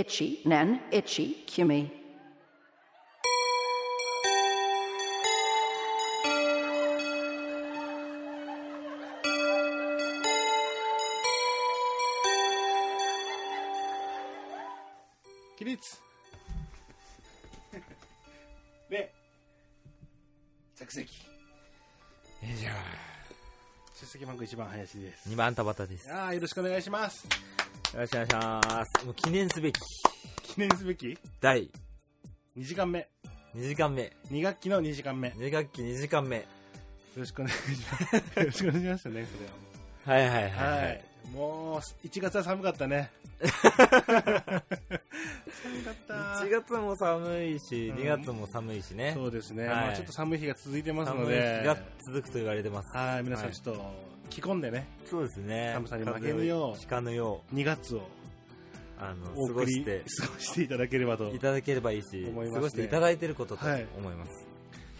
itchy, nen, itchy, kumi. 起立 で着席えじゃあ出席番号一番林です2番田畑ですああよろしくお願いしますよろしくお願いしますもう記念すべき記念すべき第2時間目2時間目2学期の2時間目よ2学期2時間目ろしくお願いします よろしくお願いしますねはいはいはいそれはもうはいもう1月は寒かった ね寒かった1月も寒いし、うん2月も寒いしねそうですね、はいまあ、ちょっと寒い日が続いてます寒のい日でが続くと言われてますはい皆さんはいちょっと着込んでねそうですね寒さに負けぬよう風邪をひかぬよ2月をうあのお過送ごりし過てごしていただければといただければいいし、思いますね過ごしていただいてることとはい思います、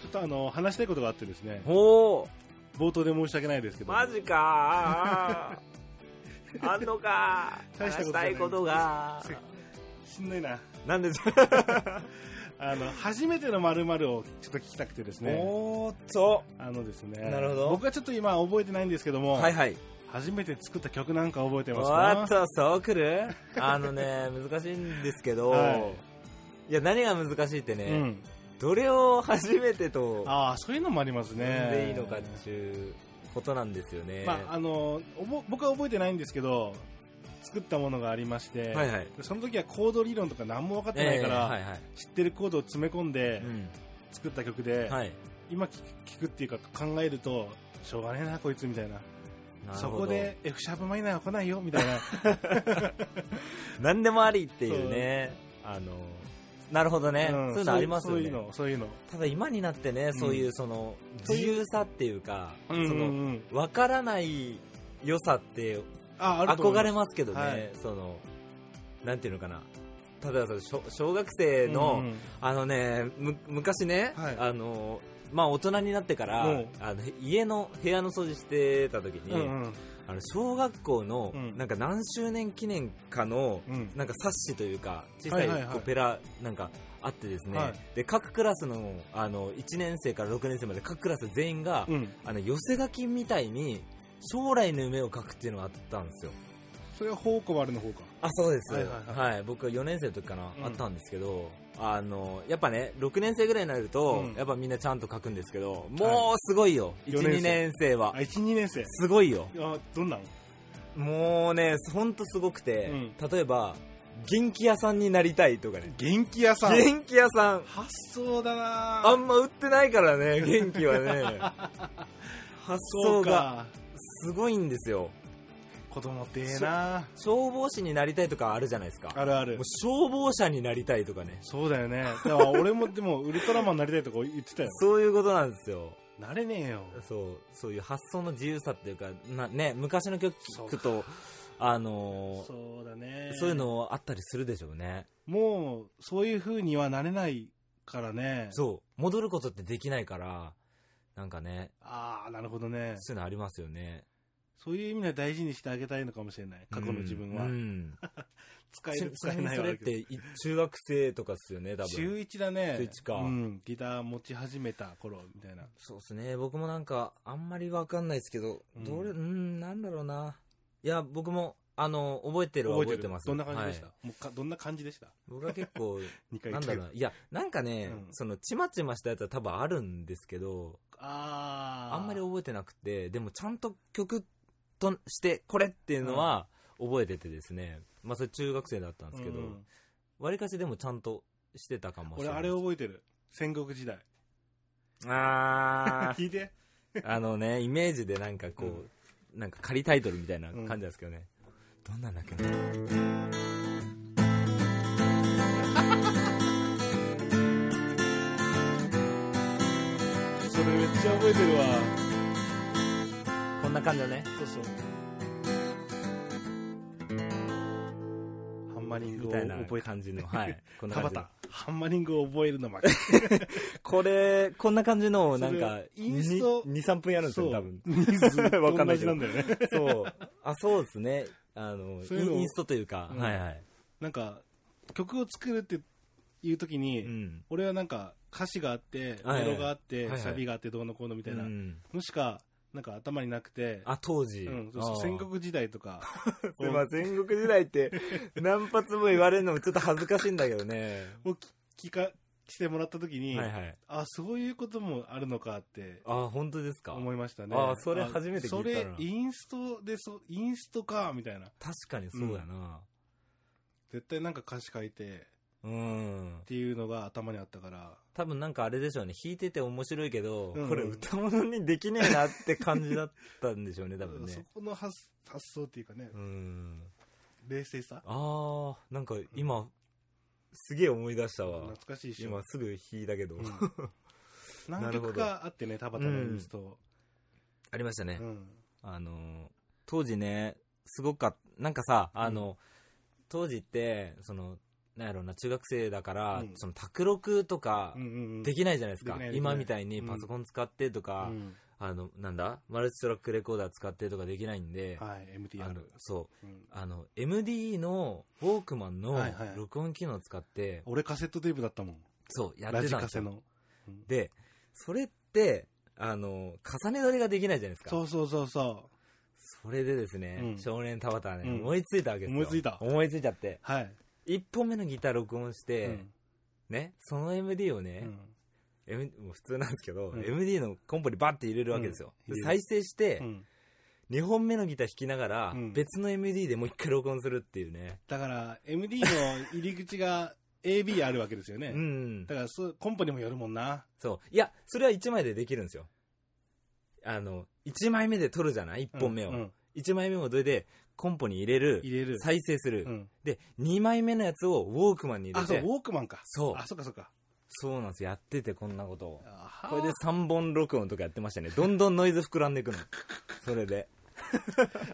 ちょっとあの話したいことがあってですね、ほお冒頭で申し訳ないですけど、マジか ーあんのかー大話したことじゃしないたいことが せしんどいな、なんですあの初めてのまるまるをちょっと聞きたくてですね、おーっとあのですね、なるほど僕はちょっと今覚えてないんですけども、はいはい初めて作った曲なんか覚えてますおか？っとそうくる あのね難しいんですけど、、はいや何が難しいってね、うん、どれを初めてとああそういうのもあります呼んね。でいいのかっていうことなんですよね、まああのおぼ僕は覚えてないんですけど、作ったものがありまして、はいはいその時はコード理論とか何も分かってないえかーら、はいはい知ってるコードを詰め込んでうん作った曲で、はい今聞く聞くっていうか考えるとしょうがねえなこいつみたいななるそほどこで F シャープマイナーは来ないよみたいな何でもありっていうねあのなるほどね、んそういうのありますよそうねいうのそういうのただ今になってねそういうその自由さっていうか、うんそのうんうん分からない良さってああると思い憧れまますけどね、はいそのなんていうのかな例えばその小小学生うんの、うんあのねむ昔ね、はいあのまあ大人になってからうんあの家の部屋の掃除してた時に、うんうんあの小学校のうんなんか何周年記念かのうんなんか冊子というか小さいはいはいはいこうペラなんかあってですね、はいで各クラスのあの1年生から6年生まで各クラス全員が、うんあの寄せ書きみたいに将来の夢を書くっていうのがあったんですよそれは方向悪の方かあそうです、ははいいはい僕は4年生の時かな、うんあったんですけどあのやっぱね6年生ぐらいになると、うんやっぱみんなちゃんと書くんですけどもうすごいよ、12四年生年生はあ一二年生すごいよあどんなのもうねほんとすごくて、う例えば元気屋さんになりたいとかね元気屋さん元気屋さん発想だなあんま売ってないからね元気 はね発そ想うがかすごいんですよ子供ってええな消防士になりたいとかあるじゃないですかあるあるもう消防車になりたいとかねそうだよねだから俺もでもウルトラマンになりたいとか言って たよそういうことなんですよなれねえよそうそういう発想の自由さっていうかな、ね、昔の曲そうか聴くとあのーそうだそねういうのあったりするでしょうねもうそういう風にはなれないからねそう戻ることってできないからなんかねああなるほどねそういうのありますよねそういう意味では大事にしてあげたいのかもしれない過去の自分は、うん うん使えるち使なえみにないそはあれっるけどてい中学生とかですよね多中分1だね中一かうん、ギター持ち始めた頃みたいなそうですね僕もなんかあんまりわかんないですけど、うんどれうんなんだろうないや僕もあの覚えてるは覚えてますどんな感じでした、はいもうかどんな感じでした僕は結構2回なんだろうないやなんかね、うんそのちまちましたやつは多分あるんですけどあああんまり覚えてなくてでもちゃんと曲としてこれっていうのは覚えててですね、まあそれ中学生だったんですけどうんわり、かしでもちゃんとしてたかもしれ俺ないあれ覚えてる戦国時代あー 聞いてあのねイメージでなんかこう、なんか仮タイトルみたいな感じなんですけどね、どんなんだっけなそれめっちゃ覚えてるわこんな感じだねそうそうハンマリングみをたいな覚えた感じのはいこんな田感 じ畑ハンマリングを覚えるのまでこれこんな感じのをなんそかれインスト23分やるんですよそう多分ニーズ わかん同ないけじどなんだよねそう。あ、そうですね。あの、そういうのインインストというか、うんはいはい。なんか曲を作るっていう時に、うん。俺はなんか歌詞があって、はいはいメロがあって、はいはいサビがあってどうのこうのみたいな、うんのしかなんか頭になくて、あ、当時。うん、そうあー戦国時代とか すいません戦国時代 って何発も言われるのもちょっと恥ずかしいんだけどね。を聞聞かしてもらった時に、はいはい。あそういうこともあるのかってあ、本当ですか思いましたねあそれ初めて聞いたなあそれインストでそインストかみたいな確かにそうやな。絶対なんか歌詞書いてうんっ。ていうのが頭にあったから多分なんかあれでしょうね。弾いてて面白いけど、うんこれ歌物にできねえなって感じだったんでしょう ね、多分そね。この発発想っていうかね、うん。冷静さあー、なんか今、すげえ思い出したわ懐。かしいっしょ今すぐ弾いたけど。うん な何るほど曲かあってね田畑のインスト、ありましたね。うんあのー当時ねすごかっなんかさあの、当時ってそのなんやろうな中学生だから、うんその卓録とかうんうんうんできないじゃないですか、できないできない今みたいにパソコン使ってとか、うんあのなんだマルチトラックレコーダー使ってとかできないんで、はいあ MTR の、そううんあの MD のウォークマンのはいはい録音機能を使って、俺カセットテープだったもんそうやっラてジたんカですセよのでそれってあの重ね撮りができないじゃないですかそうそうそうそうそれでですね、うん少年田畑はね、うん思いついたわけですよ。思いついた思いついちゃって。はい、一本目のギター録音して、うんね、その MD をね、M- もう普通なんですけど、うん MD のコンポにバッて入れるわけですよ。うんで入れ再る生して、うんうん二2本目のギター弾きながら、うん別の MD でもう一回録音するっていうね。だから MD の入り口が AB あるわけですよね、うんだ。からそうコンポにもよるもんなそう。いや、それは1枚でできるんですよ。あの、1枚目で撮るじゃない ?1 本目を。うんうん1枚目をどれでコンポに入れる。入れる、再生する、うんで、2枚目のやつをウォークマンに入あれそうてウ。ォークマンかそうあそうかそうかそうなんですやっててこんなことをあこれで3本録音とかやってましたねどんどんノイズ膨らんでいくのそれで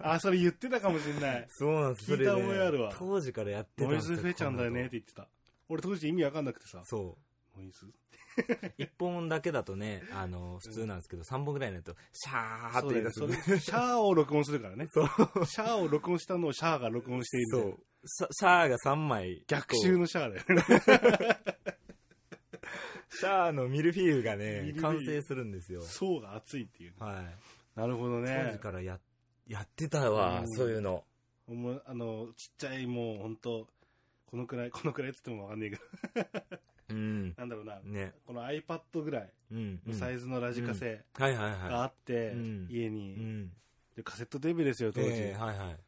あそれ言ってたかもしれないそうなんですそれで聞いた覚えあるわ当時からやってたんノでイすよズ増えちゃうんだよねってこ言ってた俺当時意味わかんなくてさのそノイズう1本だけだとねあの普通なんですけど3本ぐらいになるとシャーってそうだよ言い出ねすそれシャアを録音するからね そうシャアを録音したのをシャアが録音しているそみたいうなシャシャーが3枚逆襲このシャアだよねうシャーのミルフィーユがミルねフィーユ完成するんですよ層が厚いっていうはいなるほど当ね時からややってたわうんそういうのおもあのちっちゃいもう本当このくらいこ のくらいっつってもわかんないけど うんなんだろうなねこの iPad ぐらいうんうのんサイズのラジカセはいはいがあはって、うん家いに、うんでカセットテープですよ当時、ええはいはい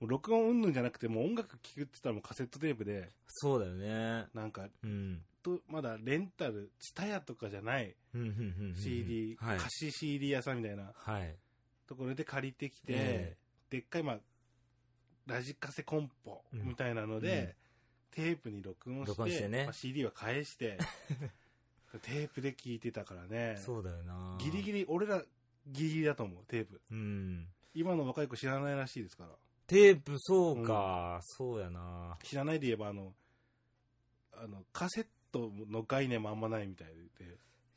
もう録音うんぬんじゃなくてもう音楽聴くって言ったらもうカセットテープでそうだよね。なんかうん。とまだレンタルツタヤとかじゃないうんうんうんうん CD、はい。貸し CD 屋さんみたいなはい。ところで借りてきて、えでっかい、まあ、ラジカセコンポみたいなので、テープに録音して録音してねまあ、CD は返して テープで聞いてたからねえそうだよな。ギリギリ俺らギリギリだと思うテープうん。今の若い子知らないらしいですからテープ、そうか。そうやな。知らないで言えばあのあのカセットの概念もあんまないみたいで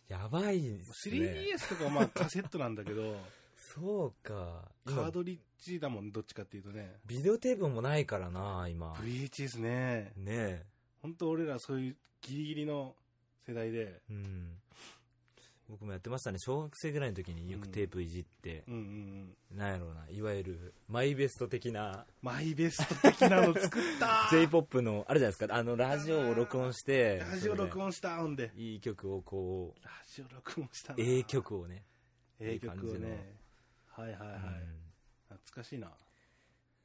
やばいですね。 3DS とかはまあカセットなんだけどそうか。カー今、ドリッジだもんどっちかっていうとねビデオテープもないからな、今。 VH ですねね本当俺らそういうギリギリの世代でえ。うん。僕もやってましたね。小学生ぐらいの時によくテープいじって、うんうんうんなんやろうな。いわゆる、マイベスト的な、マイベスト的なの作った J-POP の、あれじゃないですか。あの、ラジオを録音して、ラジオ録音したほんでそれでいい曲をこう、ラジオ録音したなええ曲をね、ええ曲をいい感じのねはいはいはい、懐かしいな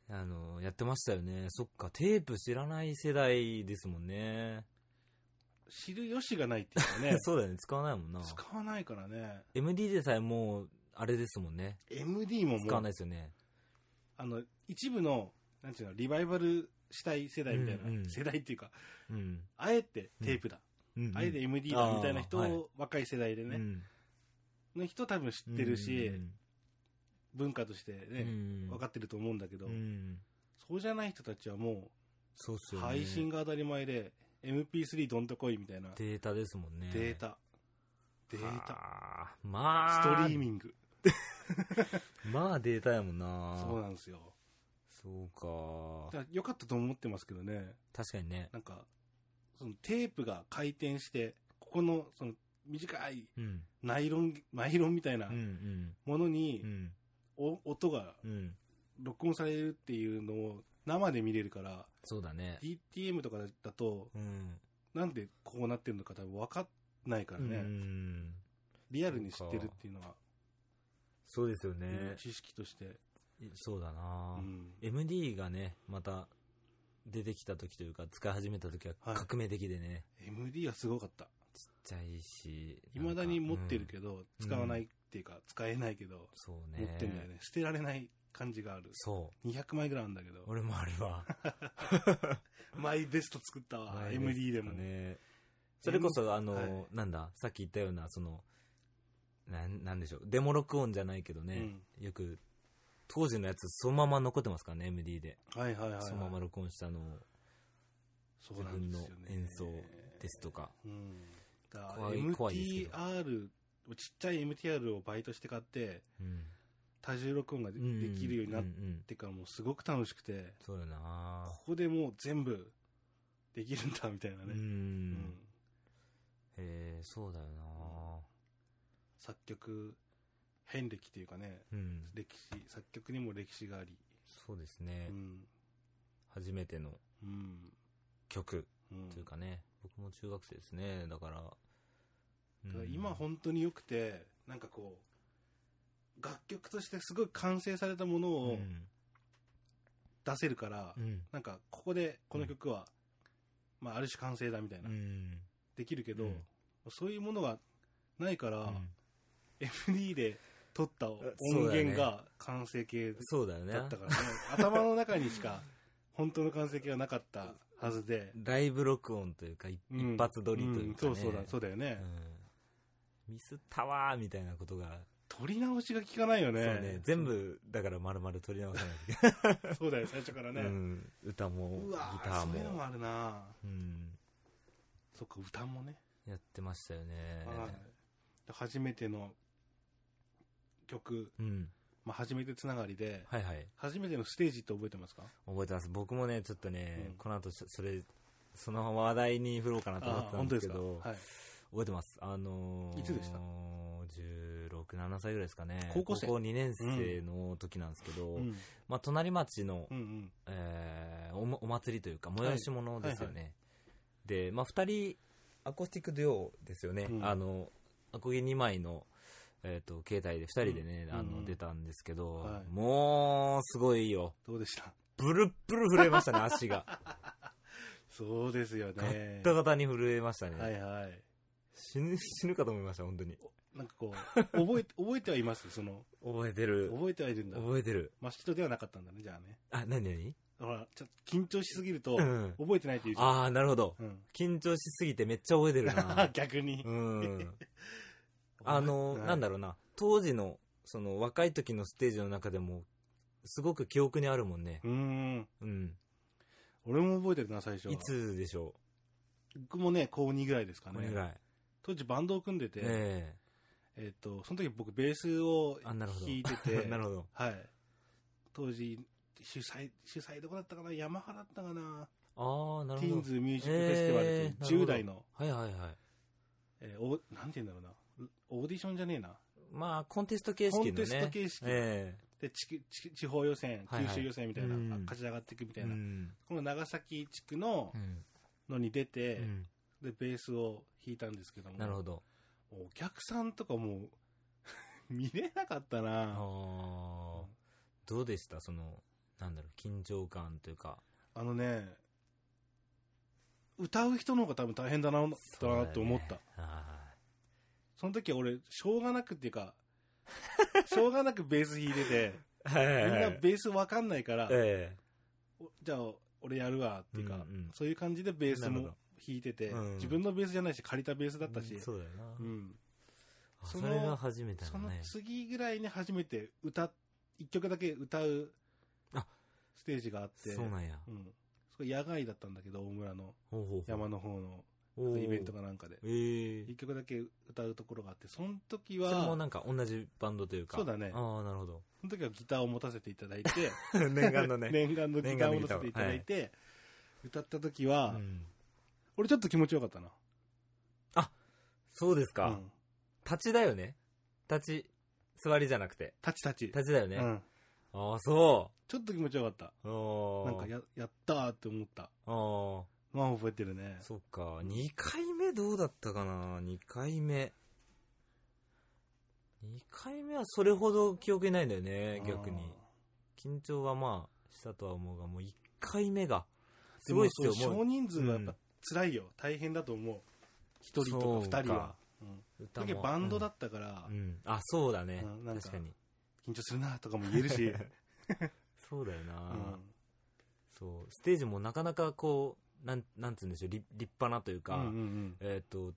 うんあのやってましたよねそっかテープ知らない世代ですもんね知る由がないっていうかね そうだよね使わないもんな使わないからね MD でさえもうあれですもんね MD も使もわうないですよねあの一部のなんていうのリバイバルしたい世代みたいな、うんうん世代っていうかうん、あえてテープだ、うんうんあえて MD だみたいな人を、あーは若い世代でね、うんの人多分知ってるし、うん文化としてうね、ん分かってると思うんだけど、うんそうじゃない人たちはもそうっすうよね配信が当たり前で MP3 どんとこいみたいなデデータですもんねータデータタまスあトリーミングまあデータやもんなそうなんですよそうかだから良かったと思ってますけどね確かにねなんかそのテープが回転して、ここの、その、短いうん。ナイロン、ナイロンみたいなうん。うん。ものうに、ん。お音がうん。録音されるっていうのを生で見れるから、そうだね。 DTM とかだと、うん。なんでこうなってるのか多分分かんないからね、うん。リアルに知ってるっていうのは、そうですよね。知識として、そうだうな、ん MD がね、また出てきた時というか、使い始めた時ははい革命的でね、 MD はすごかった。ちっちゃいし。いまだに持ってるど。けど、使わないっていうか、使えないけど、そう持ね。ってんだよね。捨てられない感じがある。そう。 200枚ぐらいあるんだけど、俺もあれは。マイベスト作ったわ、MD でも。ね。それこそ、あの、はいなんだ、さっき言ったような、その、なんなんでしょう、デモ録音じゃないけどね、よく、当時のやつそのまま残ってますからね、MD で。はいはいはいはい。そのまま録音したのをそうなんですよね自分の演奏ですとか。うん。だから怖い怖いですけど MTR、ちっちゃい MTR をバイトして買って、うん多重録音がでうんできるようになっんんてからもうすごく楽しくて、そうよなここでもう全部できるんだみたいなうんね。うんへえそうだよな作曲、変歴っていうかね、うん歴史、作曲にも歴史があり。そうですね、うん。初めてのうん。曲うんというかね、僕も中学生ですねだから、だうからん今本当に良くて、なんかこう、楽曲としてすごい完成されたものうをん出せるから、うんなんかここでこの曲は、まあある種完成だみたいな、うんできるけど、うんそういうものがないから、うん、 MD で撮った音そうだ源よねが完成形そうだよねだったからね、頭の中にし か本当の完成形がなかったはずで、ライブ録音というか、いうん一発撮りというか、ねんそうそうだそうだよね、うんミスったわーみたいなことが、撮り直しが効かないよねそうね全部だから丸々撮り直さないとい そうだよ最初からけな ね、い、ううん歌もギわターーそうもいうのもあるなうん、そっか歌もね、やってましたよね、はい初めての曲、うん、まあ、初めてつながりではいはい初めてのステージって覚えてますか覚えてます僕もねちょっとね、うんこの後そそれその話題に振ろうかなと思ってたんですけどはい、覚えてますあのー、いつでした ?167 歳ぐらいですかね高校生2年生の時なんですけど、うんまあ、隣町の、うんうんえーおもお祭りというか催し物ですよはいはね、で、まあ、2人アコースティックデュオですよね、うんあのアコギ2枚の、えー、と携帯で2人でね、うんあうんうんの出たんですけど、はいもうすごいよどうでしたブルッブル震えましたね足が そうですよガねッタガタに震えましたね、はいはい死ぬ 死ぬかと思いました本当になんかこう 覚えて覚えてはいますその覚えてる覚えてはいるんだ覚えてる真っ白ではなかったんだねじゃあねあ何何ほらちょっと緊張しすぎるとうん覚えてないっていうじゃん、ああなるほどうん緊張しすぎてめっちゃ覚えてる な逆に、うんあの、なんだだろうな、当時の、その若い時のステージの中でも、すごく記憶にあるもんねう。んうん。俺も覚えてるな最初はいつでしょ僕もね高2ぐらいですかうこれぐねらい。当時バンドを組んでて、ええっとその時僕ベースをあなるほど弾いてえて なるほど。はい当時主催主催どこだったかなヤマハだったかなああ、なるティーほンど。ズミュージックフェスティバルえーっていう10代の、はいはいはい。えーおなんて言うんだろうなオーディションじゃねえなまあ、コンテスト形式のね。コンテスト形式えで地区地地方予選はい九はい州予選みたいな、うんあ勝ち上がっていくみえたいな、うん。この長崎地区のうんのに出て、うんでベースを弾いたんですけどもなるほど。お客さんとかも う見れなかったあなあ。どうでしたその、なんだろう、緊張感というか。あのね歌う人の方が多分大変だなだなって思ったそうだよね。あその時は俺、しょうがなくっていうか、しょうがなくベース弾いてて、あはい みはんいはないベースわかんないから、えおじゃあ俺やるわっていうか、うんうんそういう感じでベースなるほもど弾いてて、うん自分のベースじゃないし借りたベースだったし、え。そうだよなうん。あそそのれが初めてそののね。次ぐらいに初めて歌っ、一曲だけ歌うあステージがあって、そうなんや。うんそこ野外だったんだけど、大村のほうほうほう山の方のおーイベントかなんかで、ええ一曲だけ歌うところがあって、その時それはも、なんか同じバンドというかそうだねああなる ほどその時はギターを持たせていただいて、 念願の 念願のギターを持たせていただいて、歌った時は、うん俺ちょっと気持ちよかったな。そうですか、うん。立ちだよね立ち座りじゃなくてタチタチ。立ちだよね、うん。ああそちょっと気持ちよかった。うおーなんかや、やったーって思った。あーまあ覚えてるね。そっか2回目どうだったかな2回目2回目はそれほど記憶にないんだよね逆に緊張はまあしたとは思うがもう1回目があー。すごいっすでもよそうも少う人数はやっうぱん辛いよ。大変だと思う。一人とか二人は。うん。歌だもけどバンドだったからうん、、うんあそうだね、うんなんか確かに緊張するなとかも言えるし。 そうだよな、 うんそうステージもなかなかこうなんなんつうんでしょう立立派なというか、うんうんうんえっ、と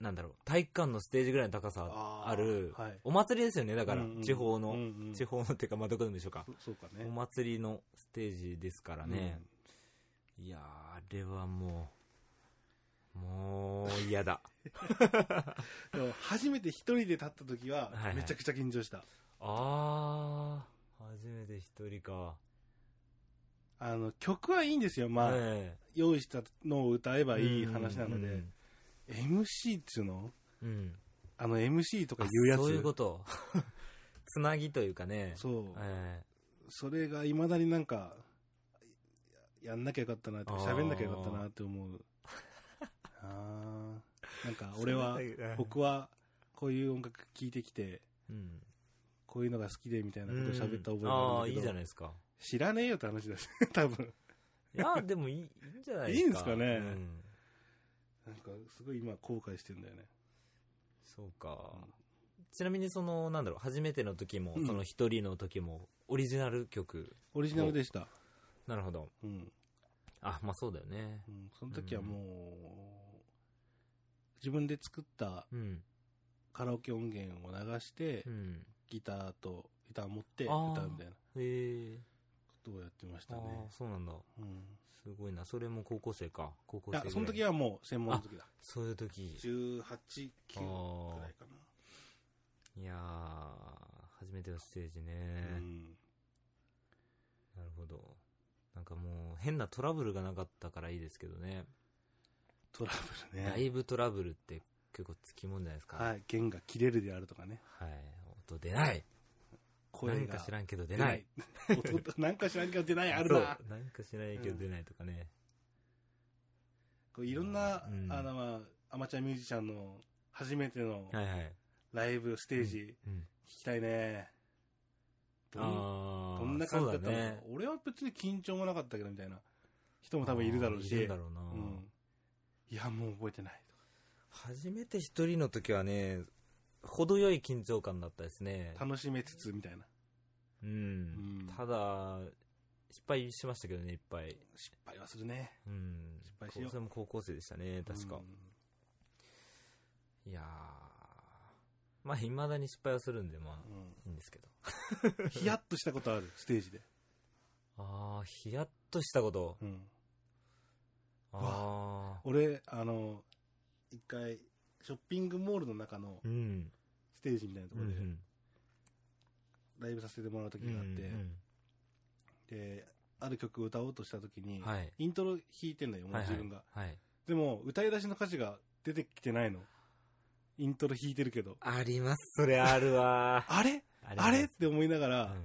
なんだろう体育館のステージぐらいの高さあーあるはいお祭りですよねだから、うんうん地方の、うんうん地方のっていうかまあどこでもいいでしょうか、そそうかねお祭りのステージですからね、いやーあれはもうもう嫌 だうんでも初めて一人で立った時ははいはいめちゃくちゃ緊張した、あー初めて一人かあの曲はいいんですよまあ、え用意したのを歌えばえいい話なので、うん、 MC っつうのうんうんあの MC とか言うやつそういうこと。 つなぎというかね。そうえそれがいまだになんかややんなきゃよかったなってあー喋んなきゃよかったなって思 うあーなんかえ俺は僕僕はこういう音楽聴いてきてうん。こういうのが好きでみたいなことを喋った覚えがあああ、るいんだけいじどゃないですか。知らねえよって話です 多分いや、でもいいいいんじゃないでいすか。いんですかねうんなんかすごい今後悔してんだよねそうか。ちなみに、その、なんだろう、初めての時もう、んその一人の時も、オリジナル曲。オリジナルでしたなるほど。うん、あ、まあそうだよねう。ん、その時はもう自分で作ったうん。カラオケ音源を流して、うん。ギターとギター持ってあー歌うみたいなこへえ。とをやってましあたねーそうなんだ。うんすごいな。それも高校生か。高校い生やぐらい。その時はもう専門の時だそういう時。 189あくーらいかないやー、初めてのステージね、うんなるほど。なんかもう、変なトラブルがなかったからいいですけどね。トラブルラねイブトラブルって結構つきもんじゃないですか。。はいい弦が切れるであるとかねはい。音出ない。声何がか知らんけど出ない。出ない 音なんか知らんけど出ないあるなそう。なんか知らないけど出ないとかね。こういろんな、うんあの、まあ、アマチュアミュージシャンの初めてのはいはい。ライブステージ、うん。聞きたいね。どんあーどんな感じだったそうの、ね。俺は別に緊張もなかったけどみたいな人も多分いるだろうし。いるだろうな。うんいや、もう覚えてない初めて一人の時はね、程よい緊張感だったですねと。。楽しめつつみたいな。うん。うんただ、失敗しましたけどね、いっぱい。失敗はするね。うん、失敗しようそれも高校生でしたね、確かうん。いやー、まあ、いまだに失敗はするんで、まあ、いいんですけど。うんヒヤッとしたことある、ステージで。あー、ヒヤッとしたこと。うんあ俺、あの、一回、ショッピングモールの中のー、うん。ステージみたいなとうころでん。ライブさせてもらう時うんがあって、うんで、ある曲を歌おうとした時に、はい。イントロ弾いてんだよ、もうはいはい自分が。はい。でも、歌い出しの歌詞が出てきてないの。イントロ弾いてるけど。あります、それある わー。あれあれって思いながうら、ん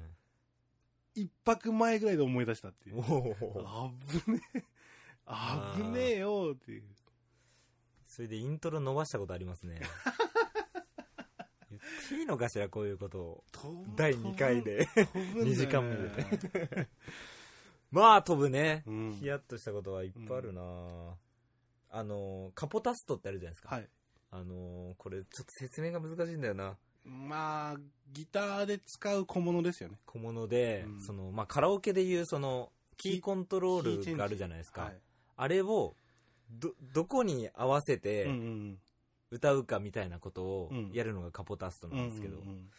一泊前ぐらいで思い出したっていう。おーあぶねえ。あぶねえよっていう。それでイントロ伸ばしたことありますね。言っていいのかしら、こういうことを。飛ぶ第2回。で。飛ぶ飛ぶんだよね二時間目まあ、飛ぶね。うんヒヤッとしたことはいっぱいあるな、あの、カポタストってあるじゃないですか。はい。あの、これ、ちょっと説明が難しいんだよな。まあ、ギターで使う小物ですよね。小物で、うんその、まあ、カラオケでいう、その、キーコントロールがあるじゃないですか。はい。あれを、ど、どこに合わせうんうてん歌うかみたいなことをうんやるのがカポタストうん。なんですけど、うんうんうん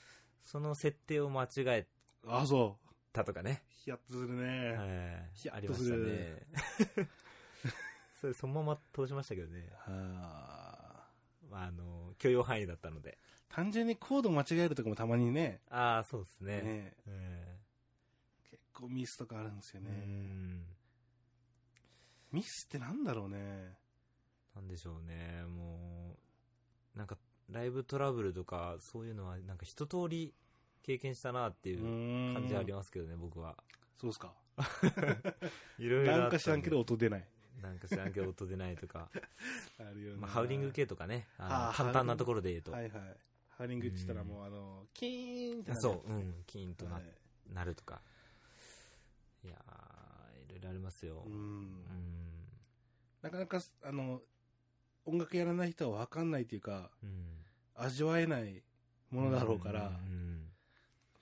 その設定を間違えあ、そう。たとかね。ヒヤッとするね。ははいヒい。ヤあッりとますしたるね。 それ、そのまま通しましたけどね。あまあ、あの、許容範囲だったので。ー単純にコード間違えるとかもたまにね。ああ、そうですね。ねうん結構ミスとかあるんですようね。んミスってなんだろうね。なんでしょうね、もう、なんか、ライブトラブルとか、そういうのは、なんか一通り経験したなっていう感感じはありますけどね、僕は。そうですか。いろいろ。なんか知らんけど。音出ない。なんか知らんけど音出ないとか。あるよね。まあ、ハウリング系とかね、ああのー簡単なところで言うと。はいはい。ハウリングって言ったらもう、あの、キーンってなるそう、うん、キーンとな,、はいなるとか。いやー、いろいろありますよ。ううん。ん。なかなか、あの、音楽やらない人は分かんないというか、うん。味わえないものだろうから、んうん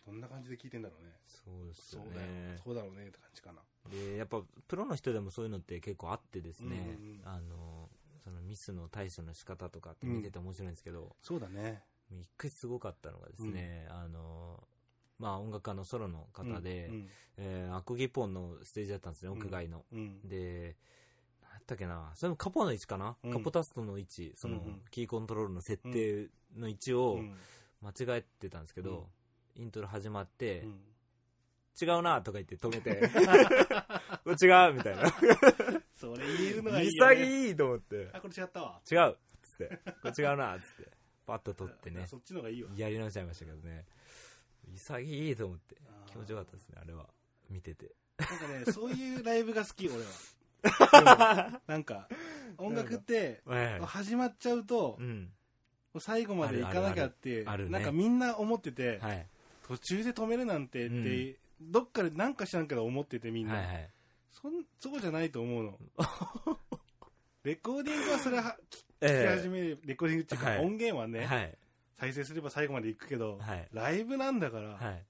どんな感じで聴いてんだろうね。そうですそようだよね。。そうだろうねって感じかな。でやっぱプロの人でもそういうのって結構あってですね、うんうんうんあのそのミスの対処の仕方とかって見てて面白いんですけど、もそうだね。う一回すごかったのがですね、あのまあ音楽家のソロの方で、うん。えーアコギポンのステージだったんですねうん屋外の、うん。で何やったっけなそれもカポの位置かな、うんカポタストの位置その、うんうんキーコントロールの設定の位置を間違えてたんですけど、イントロ始まって、うん違うなとか言って止め て違うみたいなそれ言えるのがいいよ、ね。潔いと思って違うあ、これ違ったわ。っつってこれ違うなっつってパッと取ってねそっちの方がいいわ。やり直しちゃいましたけどね潔いと思ってあー気持ちよかったですねあれは見ててなんか ね、そういうライブが好き、俺は。うんなんか、音楽って、はい始まっちゃうと、うもんう最後まで行かなきゃって、あるあるあるあるねなんかみんな思ってて、はい途中で止めるなんてって、どっかでなんか知らんけど思っててみんはな、いはいそんそうじゃないと思う のレコーディングはそれは聞きえ始める、レコーディングっていうか、はい音源はえね、はい再生すれば最後まで行くけど、はいライブなんだから、はい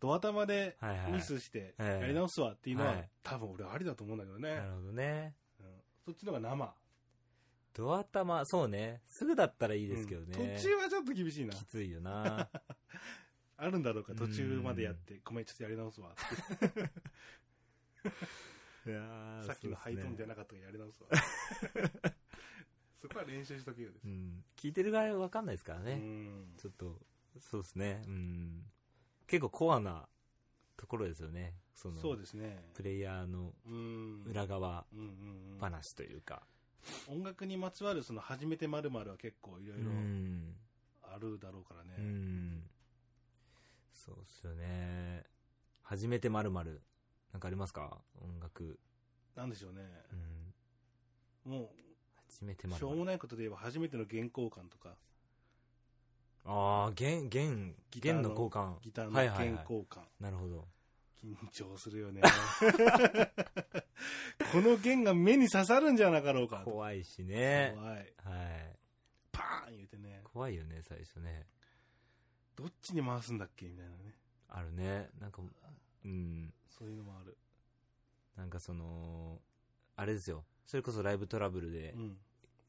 ドア玉ではいはいミスしてええやり直すわっていうのは、はい多分俺ありだと思うんだけどね、なるほどねうんそっちの方が生ドア玉そうねすぐだったらいいですけどうんね途中はちょっと厳しいなきつい よなあるんだろうか途中までやってごめんちょっとやり直すわっていやーさっきのハイトーンじゃそうですねなかったからやり直すわ そこは練習しとけよです、うん聞いてる側は分かんないですからねうんちょっと、そうですね。うん。結構コアなところですよね。その、そうですねプレイヤーのうん裏側うんうんうん、話というか。音楽にまつわるその初めてまるは結構いろういろん。あるだろうからね、うん。そうっすよね。初めてまるまるなんかありますか音楽。なんでしょうねうん。も初めてうましるょうもないことで言えば初めての原稿感とかああ、弦、弦、ギターの弦の交換。ギターのはい原はいはい。稿感、なるほど。緊張するよね この弦が目に刺さるんじゃなかろうか怖怖いしね。いはい。パーン言うてね怖いよね、最初ね。どっちに回すんだっけみたいなねあるね。なんか、うん。そういうのもある、なんかその、あれですよ。それこそライブトラブルでう、ん、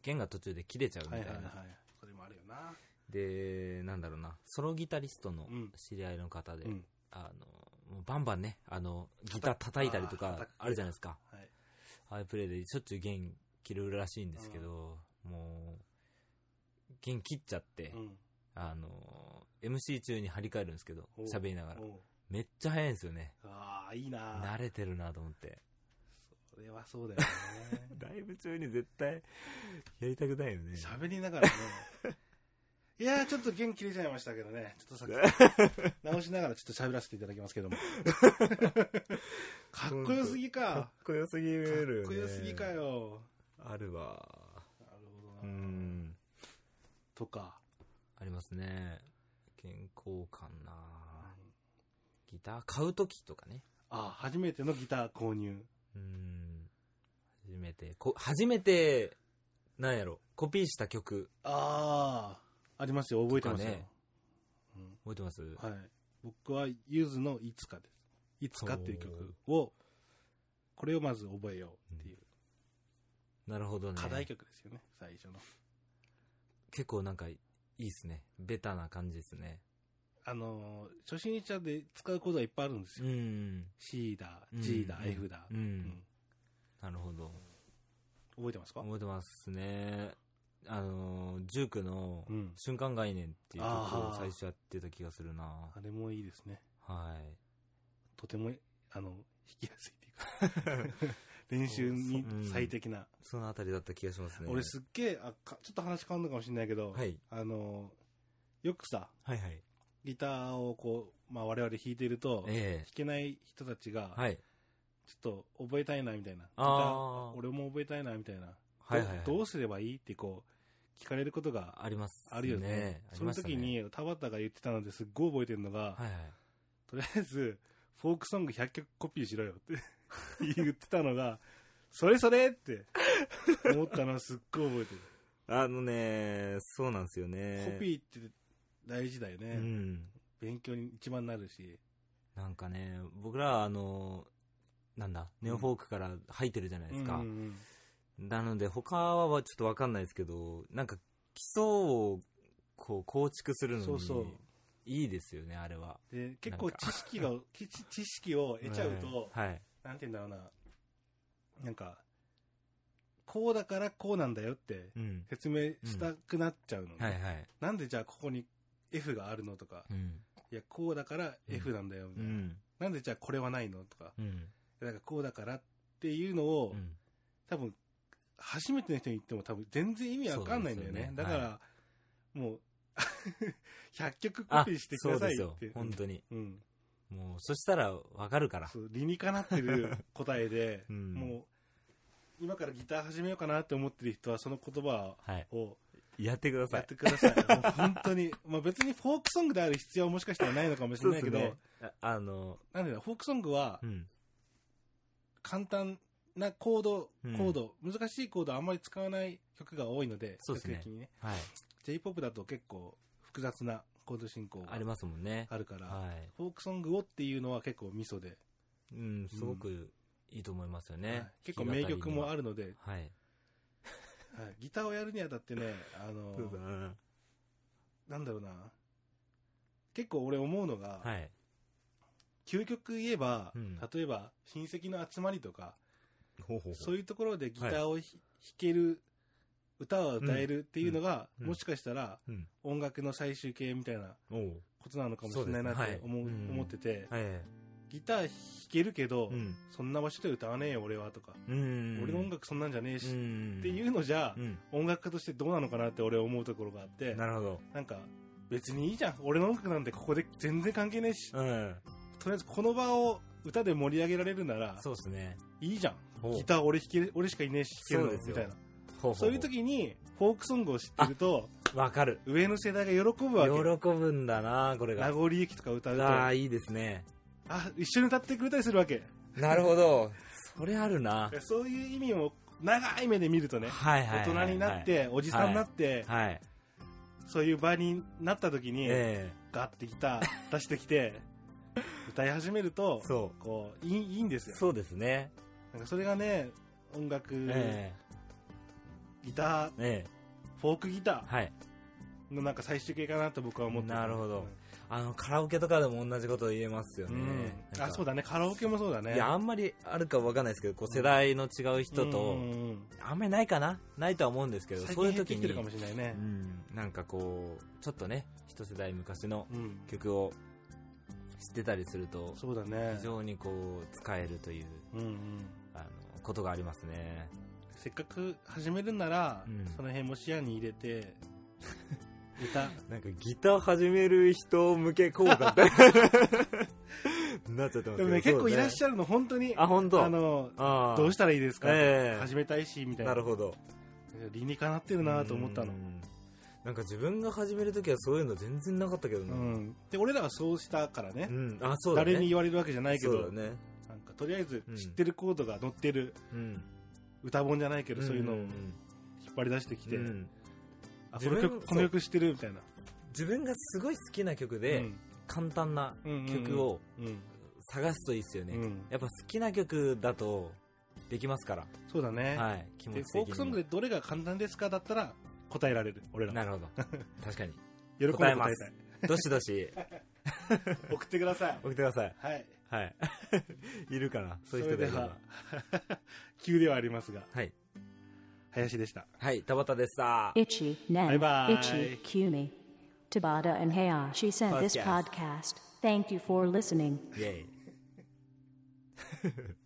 弦が途中で切れちゃうみたはいいはいはいな。それもあるよなで、なんだろうな、ソロギタリストのうん知り合いの方でう、んあの、もうバンバンね、あの、ギター叩いたりとあーか叩くあるじゃないですか。はいああいうプレイでしょっちゅう弦切れるらしいんですけど、もう、弦切っちゃってう、んあの、MC 中に張り替えるんですけどお、喋りながら。おうめっちゃ早いんですよね。ああいいな慣れてるなと思って。それはそうだよ ねライブ中に絶対、やりたくないよね。喋りながらね いやーちょっと弦切れちゃいましたけどねちょっとさっ き直しながらちょっと喋らせていただきますけどもかっこよすぎかかっこよすぎるよねかっこよすぎかよあるわなるほどな、うんとか、ありますね健康感なギター買う時とかねあ初めてのギター購入うん初めてこ初めてなんやろコピーした曲ああありますよ覚えてますよ、とかね覚えてます、うんはい、僕はゆずの「いつか」です「いつか」っていう曲をこれをまず覚えようっていうなるほどね課題曲ですよね最初の結構なんかいいっすねベタな感じですねあのー初心者で使うことはいっぱいあるんですうよ、ん C だうん G だ、うん F だ、うんうんなるほど覚えてますか覚えてますねあのジュークのうん「瞬間概念」っていう曲あをー最初やってた気がするなあれもいいですね はいとてもあの弾きやすいっていうか練習にうん最適な。そのあたりだった気がしますね。俺すっげえ、あかちょっと話変わるのかもしれないけど、はいあの、よくさ、はいはい。ギターをこう、まあ我々弾いていると、弾えけない人たちが、えはい。ちょっと覚えたいなみたいな。ギターあー俺も覚えたいなみたいな。はいはいはいどどうすればいいってこう、聞かれることがあります。あるよね。ありそのましたね時、に、田畑が言ってたのですっごい覚えてるのが、はいはい。とりあえず、フォークソング100曲コピーしろよって 言ってたのが、それそれって思ったのはすっごい覚えてる。あのね、そうなんですよね。コピーって大事だよね。うん。勉強に一番なるし。なんかね、僕らはあの、なんだ、ネオフォークから入ってるじゃないですか。うんうんうんなので、他はちょっとわかんないですけど、なんか基礎をこう構築するのに、そうそういいですよね、あれは。で結構なん知識 が、知知識を得ちゃうと、はい。はいなんて言うんだろうな、なんか、こうだからこうなんだよってうん。説明したくなっちゃうのね、はいはい。なんでじゃあここに F があるのとか、うん。いや、こうだから F なんだよみうたいな、ん。なんでじゃあこれはないのとか、うん。なんかこうだからっていうのを、うん多分、初めての人に言っても多分全然意味わかんないんだよね。そうでだすよねから、もう、100曲コピーしてくださいそうっですてよ。。本当に。うん。もう、そしたらわかるから。そう理にかなってる答えで、 うんもう今からギター始めようかなって思ってる人はその言葉はい。をやってくださやっい。てくだ さい、もう本当に、まあ、別にフォークソングである必要はもしかしたらないのかもしれないけど、そうですねああの、なんでだフォークソングはうん。簡単なコード、うんコード難しいコードはあんまり使わない曲が多いのでそうですね比較的にねはい。 J−POP だと結構複雑なコード進行がありますもんね。あるから、はい。フォークソングをっていうのは結構ミソで、うん、すごくいいと思いますよはねい。結構名曲もある。るので、はい。はい、ギターをやるにあたってね、あのなんだろうな、結構俺思うのが、はい。究極言えば、うん例えば親戚の集まりとか、ほうほうそういうところでギターをひ、弾ける、歌は歌えるっていうのが、うんうんもしかしたらう。うん。音楽の最終形みたいなおう。ことなのかもしれないなそうっでてすね思う、はいうん思ってて、はい。ギター弾けるけど、うん。そんな場所で歌わねえよ俺はとか、うん。俺の音楽そんなんじゃねえし、うんっていうのじゃ、うん。音楽家としてどうなのかなって俺は思うところがあって、なるほど。なんか、別にいいじゃん。俺の音楽なんてここで全然関係ねえし、うん。とりあえずこの場を歌で盛り上げられるなら、そうですね。いいじゃん。ほうギター俺弾ける、俺しかいねえし弾けそうるでのみすよたいな。ほほほそういう時に、フォークソングを知ってると、わかる。上の世代が喜ぶ喜わけ。ぶんだな、これ名が。残ゆきとか歌うと、ああ、あ、いいですね。一緒に歌ってくれたりするわけ。なるほど。それあるな。そういう意味も、長い目で見るとね、はいはい大はい人はい。になっ。て、おじさんになって、はい。そういう場になった時に、えガッてギター出してき て、歌い始めるとえ。、そこう、いいいいんですう。よ。そうですね。なんかそれがね、音楽、えギター、え。ええ。フォークギタはい。ーのなんか最終形かなと僕は思ってなるほどあの、カラオケとかでも同じこと言えますようねん。なんかあ、そうだね、カラオケもそうだね。いや、あんまりあるかわかんないですけど、こう世代の違う人うとん、うんうんあんまりないかなないとは思うんですけど、最そうい近減うって時きてにるか、もしれないねう。ん、なんかこう、ちょっとね、一世代昔のうん。曲を知ってたりすると、そうだね非。常にこう、使えるという、うんうん。あの、ことがありますね。せっかく始めるならうん、その辺も視野に入れ て、ギター、なんかギター始める人向け講座 みたいななっちゃってますけどでもね、結構いらっゃしゃるの、本当に、あ、本当あの、あーどうしたらいいですかええ始めたいし、みたいななる。ほど。理にかなってるなと思ったのう。んなんか自分が始めるときはそういうの全然なかったけどうな。うん。ん。で、俺らはそうしたからね。あ、そうだね。誰に言われるわけじゃないけそうど、だね。なんかとりあえず知ってるコードが載ってるうん。歌本じゃないけど、そういうのをん引んっ張り出してきて、うんあこ自の分曲この曲知ってるみたいな自分がすごい好きな曲で、簡単なうんうんうん曲をうん探すといいですよね。うんやっぱ好きな曲だとできますから。そうだね、はい。気持でち的フォークソングで。でどれが簡単ですかだったら答えられる俺らな るほど。確かに。喜んで答答ええまたいすどし どし送ってくだ さい送ってください。はいはい。 いるかなそそういうれ人がでいればは 急ではありますがはい。林でしたはい。田畑でした。 Itchy, Nen, Bye-bye. Itchy, Kumi. Tabata and Hayashi sent this podcast. Podcast. Thank you for listening. イェイ。